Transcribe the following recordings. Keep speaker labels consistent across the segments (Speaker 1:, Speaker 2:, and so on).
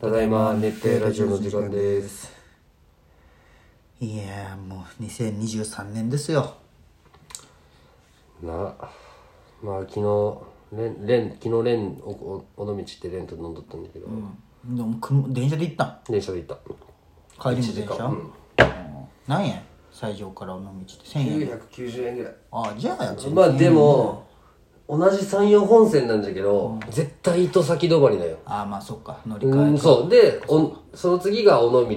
Speaker 1: ただいま熱帯ラジオの時間です
Speaker 2: いやーもう2023年ですよ
Speaker 1: なまあ昨日レンレン昨日レンおお尾道ってレンと飲んどったんだけど、
Speaker 2: でも車電車で行ったん
Speaker 1: 電車で行っ
Speaker 2: 帰りも
Speaker 1: 時
Speaker 2: 電
Speaker 1: 間
Speaker 2: 車、うん、何円最上から尾道で
Speaker 1: た
Speaker 2: 1000円
Speaker 1: 990円ぐらい
Speaker 2: あじゃあ全然
Speaker 1: まあでも同じ山陽本線なんだけど、絶対糸先止まりだよ
Speaker 2: あまあそっか乗り
Speaker 1: う
Speaker 2: 換え
Speaker 1: ん、そうでおその次が尾道で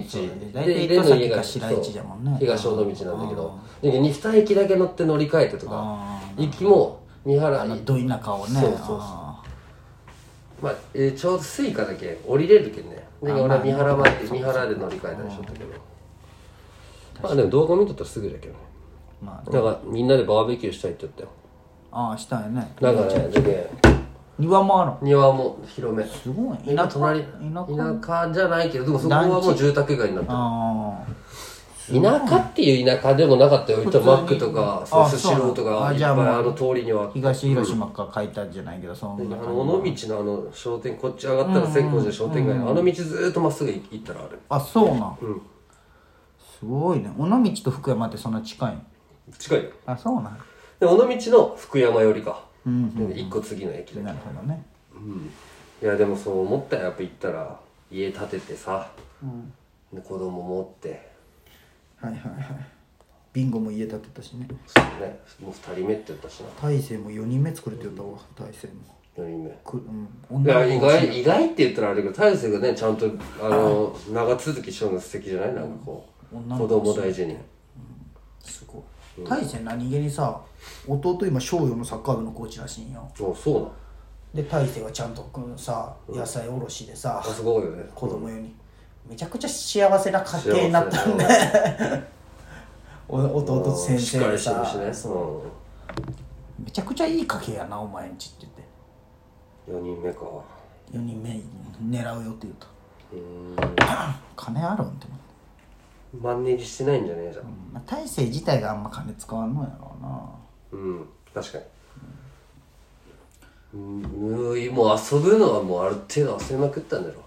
Speaker 2: 大体
Speaker 1: レンの家
Speaker 2: 戸
Speaker 1: が
Speaker 2: 崎か白市だもんね
Speaker 1: そう東尾道なんだけどだけど2駅だけ乗って乗り換えてとか行きも三原
Speaker 2: あど田舎をね
Speaker 1: そうそうそう
Speaker 2: あ
Speaker 1: まあ、えーちょうどスイカだけ降りれるけんねで俺
Speaker 2: あまあ
Speaker 1: は三原まで三原で乗り換えたりしとったけどまあでも動画見とったらすぐだけどね
Speaker 2: ーまあ
Speaker 1: だからみんなでバーベキューしたいって言ったよ
Speaker 2: ああしたよね
Speaker 1: だからねでね
Speaker 2: 庭もあるの
Speaker 1: 庭も広め
Speaker 2: すごい
Speaker 1: みんな
Speaker 2: 田舎
Speaker 1: 隣
Speaker 2: 田
Speaker 1: 田
Speaker 2: 舎
Speaker 1: 舎じゃないけどでもそこはもう住宅街になって
Speaker 2: ああ
Speaker 1: る田舎っていう田舎でもなかったよ言ったらマックとかそう
Speaker 2: あ
Speaker 1: スシローと
Speaker 2: そうなの
Speaker 1: か
Speaker 2: あ
Speaker 1: いっ
Speaker 2: じ
Speaker 1: ぱい
Speaker 2: ゃあもう
Speaker 1: あの通りにはあって
Speaker 2: 東広島から書いたんじゃないけどその
Speaker 1: あの尾道のあの商店こっち上がったら千光寺の商店街のあの道ずーっとまっすぐ行ったらある
Speaker 2: あそうなん
Speaker 1: うん
Speaker 2: すごいね尾道と福山ってそんな近いん
Speaker 1: 近いよ
Speaker 2: あそうなん
Speaker 1: で尾道の福山寄りか、
Speaker 2: う
Speaker 1: 一
Speaker 2: ん
Speaker 1: 1個次の駅だけ
Speaker 2: なるほどね
Speaker 1: いやでもそう思ったよやっぱ行ったら家建ててさ、で子供持って
Speaker 2: はいはいはいビンゴも家建てたしね
Speaker 1: そうねもう2人目って言ったしな
Speaker 2: 大勢も4人目作れてたわ大勢も
Speaker 1: 4人目
Speaker 2: く、うん、
Speaker 1: い
Speaker 2: 女
Speaker 1: や
Speaker 2: の子
Speaker 1: 意外意外って言ったらあれだけど大勢がねちゃんとあの長続きしようの素敵じゃないなんかこう
Speaker 2: 女
Speaker 1: 子
Speaker 2: の子
Speaker 1: 供大事に
Speaker 2: すごい大勢何気にさ弟今小4のサッカー部のコーチらしいんよ
Speaker 1: おそうなん
Speaker 2: で大勢はちゃんとこのさ野菜おろしでさ
Speaker 1: あすごいよね
Speaker 2: 子供用にめちゃくちゃ幸せな家庭になったんで
Speaker 1: 幸せ
Speaker 2: お弟先
Speaker 1: しっ
Speaker 2: 生
Speaker 1: か
Speaker 2: で
Speaker 1: りしてるしね
Speaker 2: さ
Speaker 1: そ
Speaker 2: めちゃくちゃいい家系やなお前んちって
Speaker 1: うん4人目か
Speaker 2: 言って4人目狙うよって言うと
Speaker 1: うーん
Speaker 2: 金あるんって思って、
Speaker 1: マンネリしてないんじゃねえじゃん
Speaker 2: まあ、大勢自体があんま金使わんのやろうな
Speaker 1: うん確かにうんうんもう遊ぶのはもうある程度遊びまくったんだろ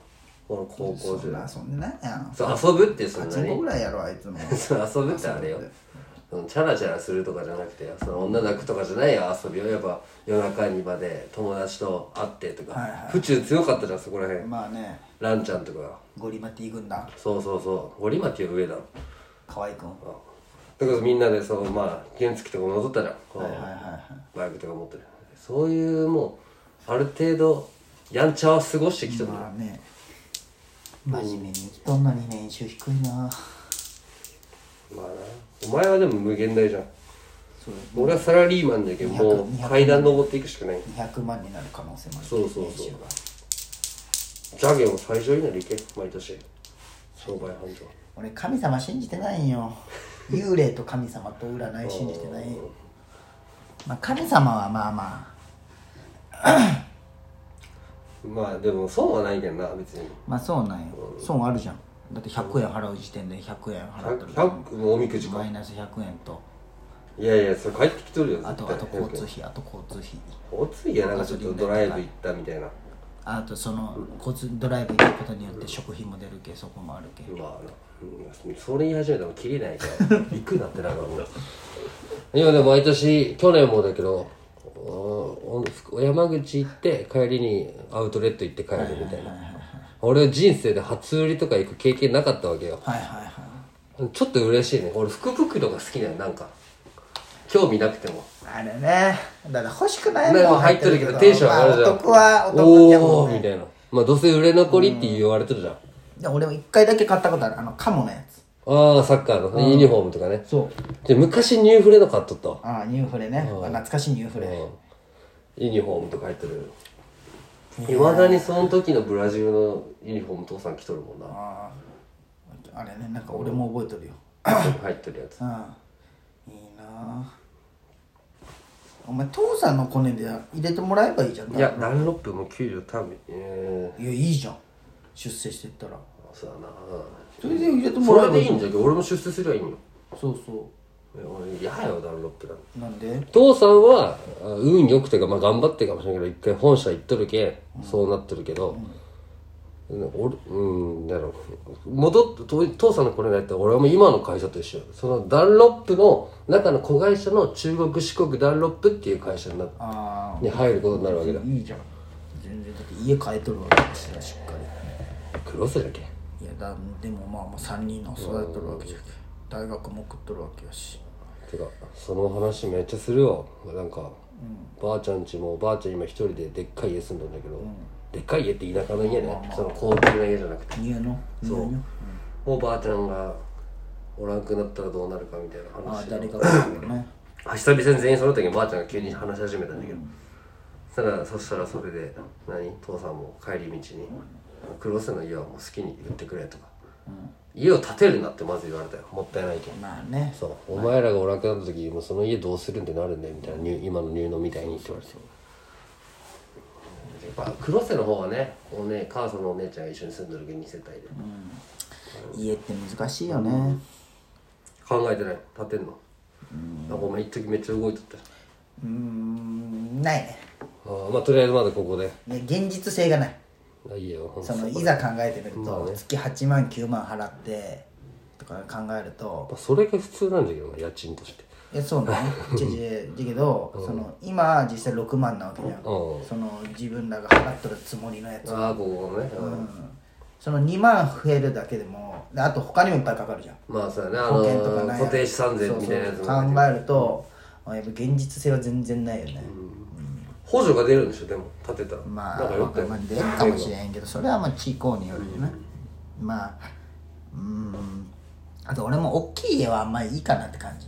Speaker 1: この高校
Speaker 2: そんな
Speaker 1: 生
Speaker 2: そんなんやん
Speaker 1: そう遊ぶってそん
Speaker 2: パ
Speaker 1: な
Speaker 2: チンコ
Speaker 1: に
Speaker 2: ぐらいやろあい つも
Speaker 1: そう遊ぶってあれよそのチャラチャラするとかじゃなくてよその女泣くとかじゃないよ遊びをやっぱ夜中にまで友達と会ってとか、
Speaker 2: はいはい
Speaker 1: 府中強かったじゃんそこら辺
Speaker 2: まあね
Speaker 1: ランちゃんとか
Speaker 2: ゴリマティ軍団
Speaker 1: そうそうそうゴリマキは上だろ
Speaker 2: 河合君は
Speaker 1: あだからみんなでそうまあ原付とかも戻ったじゃんこう
Speaker 2: いはいはいはい
Speaker 1: バイクとか持ってるそういうもうある程度やんちゃは過ごしてきたの、
Speaker 2: まあね真面目に生きとんのに年収低いな
Speaker 1: まあなお前はでも無限大じゃん
Speaker 2: そう
Speaker 1: 俺はサラリーマンだけど
Speaker 2: 200
Speaker 1: もう
Speaker 2: 200
Speaker 1: 階段登っていくしかない
Speaker 2: 200万になる可能性もある
Speaker 1: そうそうそう
Speaker 2: 年収が
Speaker 1: ジャゲも最初になりけ毎年商売繁盛
Speaker 2: 俺神様信じてない んよ幽霊と神様と占い信じてないまあ神様はまあまあ
Speaker 1: まあでも損はないけんな別に
Speaker 2: まあそうなんよ損あるじゃんだって100円払う時点で100円払ってるから
Speaker 1: 100のおみくじか
Speaker 2: マイナス100円と
Speaker 1: いやいやそれ帰ってきとるよ
Speaker 2: あ
Speaker 1: 絶
Speaker 2: とあ
Speaker 1: 対
Speaker 2: と交通費あと交通費
Speaker 1: 交通費やなんかちょっとドライブ行ったみたいな
Speaker 2: あとその交通ドライブ行くことによって食費も出るけそこもあるけ
Speaker 1: まあ、うん、それ言い始めたら切れないから 行くなってなるからもう今でも毎年去年もだけどおお山口行って帰りにアウトレット行って帰るみたいな俺人生で初売りとか行く経験なかったわけよ
Speaker 2: はいはいはい
Speaker 1: ちょっと嬉しいね俺福袋が好きだよなんか興味なくても
Speaker 2: あれねだから欲しくない
Speaker 1: なんか
Speaker 2: もん
Speaker 1: 入ってるけどテンション上がるじゃん、
Speaker 2: まあ、男は男じゃ
Speaker 1: お
Speaker 2: もう
Speaker 1: おみ
Speaker 2: ね
Speaker 1: たいなまあどうせ売れ残りって言われてるじゃん
Speaker 2: で俺も一回だけ買ったことあるあのカモのやつ
Speaker 1: ああサッカーのユニフォームとかね
Speaker 2: そう
Speaker 1: で昔ニューフレの買っとったわ
Speaker 2: ああニューフレね懐かしいニューフレ
Speaker 1: うんユニフォームとか入ってるいまだにその時のブラジルのユニフォーム父さん着とるもん な
Speaker 2: あああれねなんか俺も覚えてるよ
Speaker 1: 入ってるやつ
Speaker 2: うんいいなあお前父さんのコネで入れてもらえばいいじゃん
Speaker 1: いやダンロップも90多分ええ
Speaker 2: いやいいじゃん出世してったら
Speaker 1: そうだな
Speaker 2: それで入れて
Speaker 1: うんそ
Speaker 2: もらえ
Speaker 1: れ
Speaker 2: ばい
Speaker 1: で
Speaker 2: い
Speaker 1: いいんじゃけど俺も出世すりゃいいんよ
Speaker 2: そうそ
Speaker 1: え俺嫌よダンロップだ
Speaker 2: うなんで
Speaker 1: 父さんはあ運良くてかまあ頑張ってかもしれんけど一回本社行っとるけんそうなってるけど俺うんだろう戻っと父さんのこれがやったら俺はもう今の会社と一緒そのダンロップの中の子会社の中国四国ダンロップっていう会社になっ
Speaker 2: あ
Speaker 1: に入ることになるわけだ
Speaker 2: あいいじゃん全然だって家変えとるわけですよしっか
Speaker 1: クロスだけ
Speaker 2: りいやだでもまあまあ3人の育てとるわけじゃん大学も送っとるわけやして
Speaker 1: かその話めっちゃするよなんか、ばあちゃんちもばあちゃん今一人ででっかい家住んどんだけど、でっかい家って田舎の家ねその高級な家じゃなくて
Speaker 2: 家の
Speaker 1: そう
Speaker 2: 家の
Speaker 1: もうばあちゃんがおらんくなったらどうなるかみたいな
Speaker 2: ああ
Speaker 1: 話
Speaker 2: 誰が来るのね
Speaker 1: あ久々に全員揃った時にばあちゃんが急に話し始めたんだけど、そしたらそしたらそれで何父さんも帰り道に「クロスの家はもう好きに売ってくれ」とか、家を建てるな」ってまず言われたよもったいないけど
Speaker 2: まあね
Speaker 1: そうお前らがおらんくなった時もうその家どうするんってなるんだよみたいなニュー今の入農みたいにって言われてやっぱ黒瀬の方はねおね母さんのお姉ちゃんが一緒に住んでる時に世帯で、
Speaker 2: 家って難しいよね
Speaker 1: 考えてない立てんの、なんかお前一時めっちゃ動いとったよ
Speaker 2: うーんないね
Speaker 1: あーまあとりあえずまだここで
Speaker 2: いや現実性がない
Speaker 1: あいいよほんと
Speaker 2: そのいざ考えてみると月8万9万払ってとか考えると
Speaker 1: まあそれが普通なんだけどな家賃として
Speaker 2: えそうなの違う違うだけど、その今実際6万なわけじゃん、
Speaker 1: うん
Speaker 2: その自分らが払っとるつもりのやつ、
Speaker 1: ああここね、うん
Speaker 2: その2万増えるだけでもであと他にもいっぱいかかるじゃん
Speaker 1: まあそうやねあ
Speaker 2: 保
Speaker 1: の
Speaker 2: 険とかない
Speaker 1: 固定資産税みたいなやつも
Speaker 2: 考えると、やっぱ現実性は全然ないよね、
Speaker 1: 補助が出るんでしょでも建てたら
Speaker 2: まあ
Speaker 1: なんかよく
Speaker 2: まあ出るかもしれんけどそれはまあ地方によるよね、まあうんあと俺も大きい家はあんまりいいかなって感じ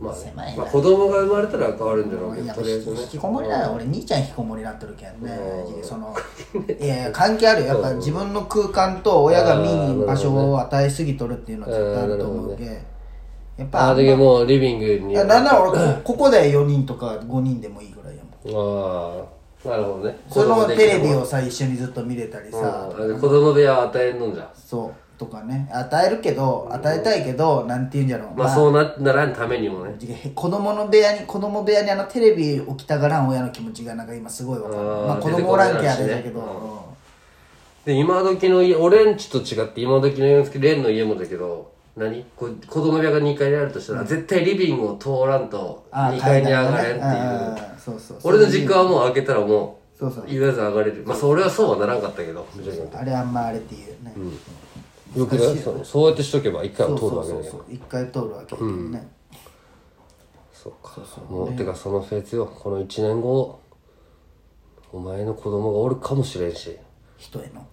Speaker 1: まあ、ね
Speaker 2: 狭いな
Speaker 1: まあ、子供が生まれたら変わるんじゃろうけ
Speaker 2: い
Speaker 1: ど
Speaker 2: や
Speaker 1: とりあえずね
Speaker 2: 引きこもりなら俺兄ちゃん引きこもりになってるけんね そのいやいや関係あるよやっぱ自分の空間と親が見に場所を与えすぎとるっていうのは絶対あると思うけんやっ
Speaker 1: あ
Speaker 2: ぱ
Speaker 1: あ
Speaker 2: あんま
Speaker 1: だ
Speaker 2: い
Speaker 1: けどもうリビングに
Speaker 2: やなんなら俺こここで4人とか5人でもいいぐらいやもん
Speaker 1: ああなるほどね
Speaker 2: その
Speaker 1: 子供でき
Speaker 2: テ
Speaker 1: る
Speaker 2: レビをさ一緒にずっと見れたりさ
Speaker 1: あで子供部屋を与えるのじゃ
Speaker 2: そうとかね与えるけど与えたいけどなんて言うんじゃろう
Speaker 1: まあそうなならんためにもね
Speaker 2: 子供の部屋に子供部屋にあのテレビ置きたがらん親の気持ちがなんか今すごいわか
Speaker 1: あ
Speaker 2: る
Speaker 1: ー
Speaker 2: まあ子供おらんけあ
Speaker 1: 出てこない
Speaker 2: れだ
Speaker 1: しね
Speaker 2: けど、
Speaker 1: で今時の家俺んちと違って今時の家のレンの家もだけど何こ子供部屋が2階にあるとしたら、絶対リビングを通らんと
Speaker 2: あー
Speaker 1: 2階に上がれんっていう、
Speaker 2: 階段がねうんそうそう
Speaker 1: 俺の実家はもう開けたらも
Speaker 2: そうそう
Speaker 1: う言わず上がれるまあそれはそうはならんかったけど
Speaker 2: あれあんまあれっていうね、
Speaker 1: よくねそうそうやってしとけば1回
Speaker 2: そ
Speaker 1: は
Speaker 2: う
Speaker 1: 通る
Speaker 2: そ
Speaker 1: わ
Speaker 2: う
Speaker 1: けだ
Speaker 2: そ
Speaker 1: よ
Speaker 2: うそう一回通るわけだけどね、
Speaker 1: そうかもうてかそのフェーズよこの1年後お前の子供がおるかもしれん し
Speaker 2: 人への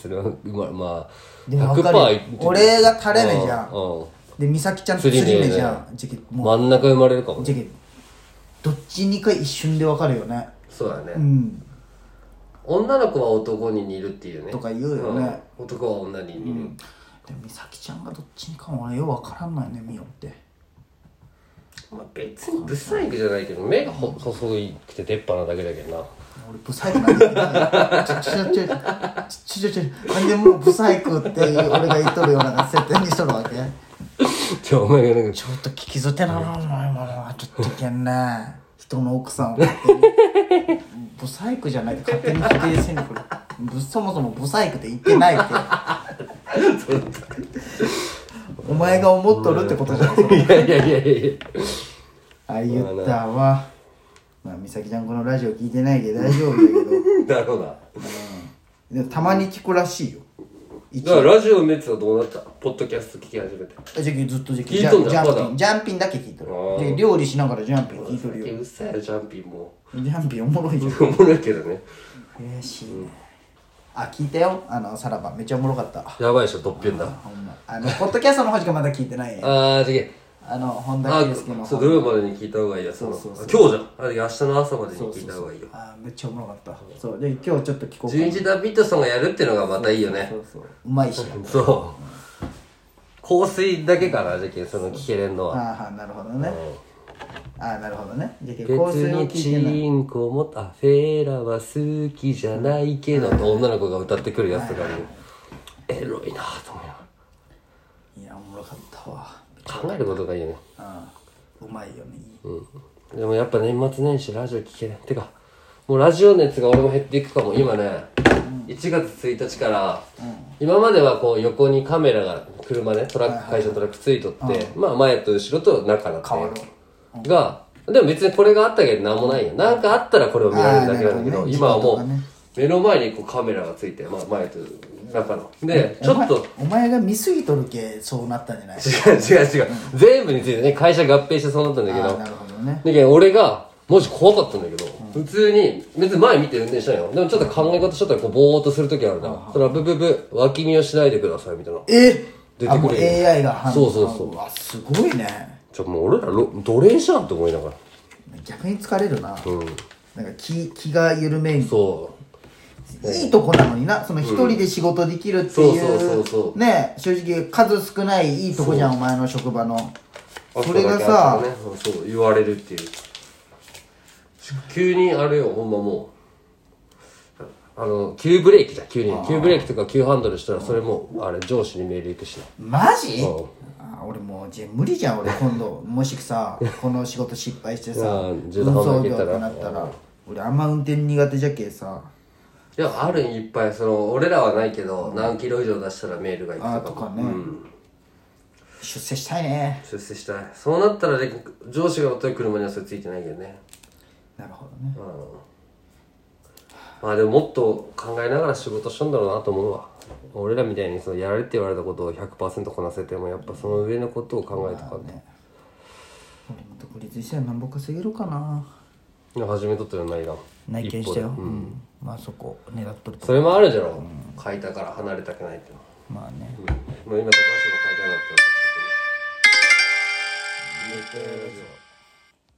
Speaker 1: それはまあまあ
Speaker 2: でも分かるよ
Speaker 1: 言って
Speaker 2: 俺が垂れ目じゃん
Speaker 1: うん
Speaker 2: で美咲ちゃん釣り目じゃんじゃけも
Speaker 1: 真ん中生まれるかも
Speaker 2: うじゃけどっちにか一瞬で分かるよね
Speaker 1: そうだね、
Speaker 2: うん
Speaker 1: 女の子は男に似るっていうね
Speaker 2: とか言うよね、
Speaker 1: うん男は女に似る、
Speaker 2: でも美咲ちゃんがどっちにかも俺よう分からんのよねみよって
Speaker 1: まあ、別にブサイクじゃないけど目がほ細くて出 っ歯なだけだけどな
Speaker 2: 俺ブサイクなんて言ってないちょちょちょちょちょちょなんでもうブサイクっていう俺が言っとるような設定にしとるわけ
Speaker 1: じゃあお前がなんか
Speaker 2: ちょっと聞き捨てならんのよもうちょっといけんね人の奥さんを勝手にブサイクじゃないって勝手に否定せんでくるぶそもそもブサイクって言ってないってお前が思っとるってことじゃんそれ
Speaker 1: いやいやいやいや
Speaker 2: あ言ったわまあ美咲ちゃんこのラジオ聞いてないけど大丈夫だけど
Speaker 1: だろうな
Speaker 2: うんでもたまに聞くらしいよ一
Speaker 1: だからラジオのやつはどうなったポッドキャスト聞き始めて
Speaker 2: あじゃあずっとじゃあ
Speaker 1: 聞いとんだ
Speaker 2: ジャンジャン
Speaker 1: まだ
Speaker 2: ピンジャンピンだけ聞いとる
Speaker 1: あー
Speaker 2: で料理しながらジャンピン聞いとる
Speaker 1: い
Speaker 2: よ
Speaker 1: やうっさいよジャンピンも
Speaker 2: ジャンピンおもろいよ
Speaker 1: おもろいけどね
Speaker 2: 嬉しいねあ聞いたよあのさらばめっちゃおもろかった
Speaker 1: やばいでしょドッピュンだ
Speaker 2: ほんまあのポッドキャストの方しかまだ聞いてない
Speaker 1: あ
Speaker 2: よ
Speaker 1: ーじゃけ
Speaker 2: あの本
Speaker 1: あ
Speaker 2: 田圭佑の
Speaker 1: そう
Speaker 2: 方
Speaker 1: 土曜までに聞いた方がいいよその
Speaker 2: そうそう
Speaker 1: 今日じゃんあじゃあ明日の朝までに聞いた方がいいよ
Speaker 2: あめっちゃおもろかったそうで今日ちょっと聞こうか
Speaker 1: 純一ダビッドソンがやるっていうのがまたいいよね
Speaker 2: そうそううまいしや
Speaker 1: そう香水だけかなじゃけその聞けれんのは
Speaker 2: あーはーなるほどねあーなるほどねじゃあ
Speaker 1: 別
Speaker 2: 香水を
Speaker 1: に
Speaker 2: 聞いてない
Speaker 1: チンコもあフェラは好きじゃないけどって女の子が歌ってくるやつとかにエロいなぁと思いなが
Speaker 2: いやおもろかったわ
Speaker 1: ら考えることがいいよね
Speaker 2: うんうまいよね
Speaker 1: うんでもやっぱ年末年始ラジオ聞けないてかもうラジオ熱が俺も減っていくかも今ね1月1日から、今まではこう横にカメラが車ねトラック会社のトラックついとって、まあ前と後ろと中だって
Speaker 2: 変わる
Speaker 1: いうがでも別にこれがあったけど何もないよなんかあったらこれを見られるだけなんだけ
Speaker 2: あーなるほど
Speaker 1: ど
Speaker 2: ね
Speaker 1: 今はもう
Speaker 2: 自動とかね
Speaker 1: 目の前にこうカメラがついて、まあ、前と中のでちょっと
Speaker 2: お前お前が見すぎとるけそうなったんじゃない
Speaker 1: 違う違う違う全部についてね会社合併してそうなったんだけ
Speaker 2: あ
Speaker 1: ど
Speaker 2: ーなるほどね
Speaker 1: だけど俺がマジ怖かったんだけど、普通に別に前見て運転したんよでもちょっと考え方しちゃったらこうボーっとする時あるな、それはブブブ脇見をしないでくださいみたいな
Speaker 2: え
Speaker 1: 出てくる
Speaker 2: あもう AI が判断
Speaker 1: そうそうそう
Speaker 2: うわすごいね
Speaker 1: ちょもう俺らろ奴隷じゃんって思いながら
Speaker 2: 逆に疲れるな、
Speaker 1: うん
Speaker 2: なんか気気が緩めん
Speaker 1: そ
Speaker 2: いいとこなのになその一人で仕事できるってい
Speaker 1: そうそうそう
Speaker 2: う
Speaker 1: そう
Speaker 2: ね正直数少ないいいとこじゃんお前の職場の
Speaker 1: う
Speaker 2: それが
Speaker 1: あ
Speaker 2: さ
Speaker 1: とだけあったねそうそう言われるっていう急にあれよほんまもうあの急ブレーキだ急に急ブレーキとか急ハンドルしたらそれもうあれ上司にメール行くしな
Speaker 2: マジ
Speaker 1: うん
Speaker 2: あ俺もうじゃあ無理じゃん俺 今度もしさこの仕事失敗して
Speaker 1: あ
Speaker 2: さ
Speaker 1: あ
Speaker 2: 運
Speaker 1: 自動販
Speaker 2: 送
Speaker 1: 売機
Speaker 2: 業
Speaker 1: 行ったら
Speaker 2: になったら俺あんま運転苦手じゃけさ
Speaker 1: いやあるんいっぱいその俺らはないけど、何キロ以上出したらメールが行くとか
Speaker 2: あ
Speaker 1: も
Speaker 2: ーとかね、出世したいね
Speaker 1: 出世したいそうなったらね上司が乗ってる車にはそれついてないけどね
Speaker 2: なるほどね
Speaker 1: まあでももっと考えながら仕事しとんだろうなと思うわ俺らみたいにそのやられって言われたことを100%こなせてもやっぱその上のことを考えとかね
Speaker 2: 俺も独立してなんぼ稼げるかな
Speaker 1: 始めとったじゃないが
Speaker 2: 内見したよ、
Speaker 1: 一歩で
Speaker 2: うんまあそこ狙っとると
Speaker 1: それもあるじゃろ、書いたから離れたくないっていうの
Speaker 2: まあね
Speaker 1: もう今高橋も書いたなって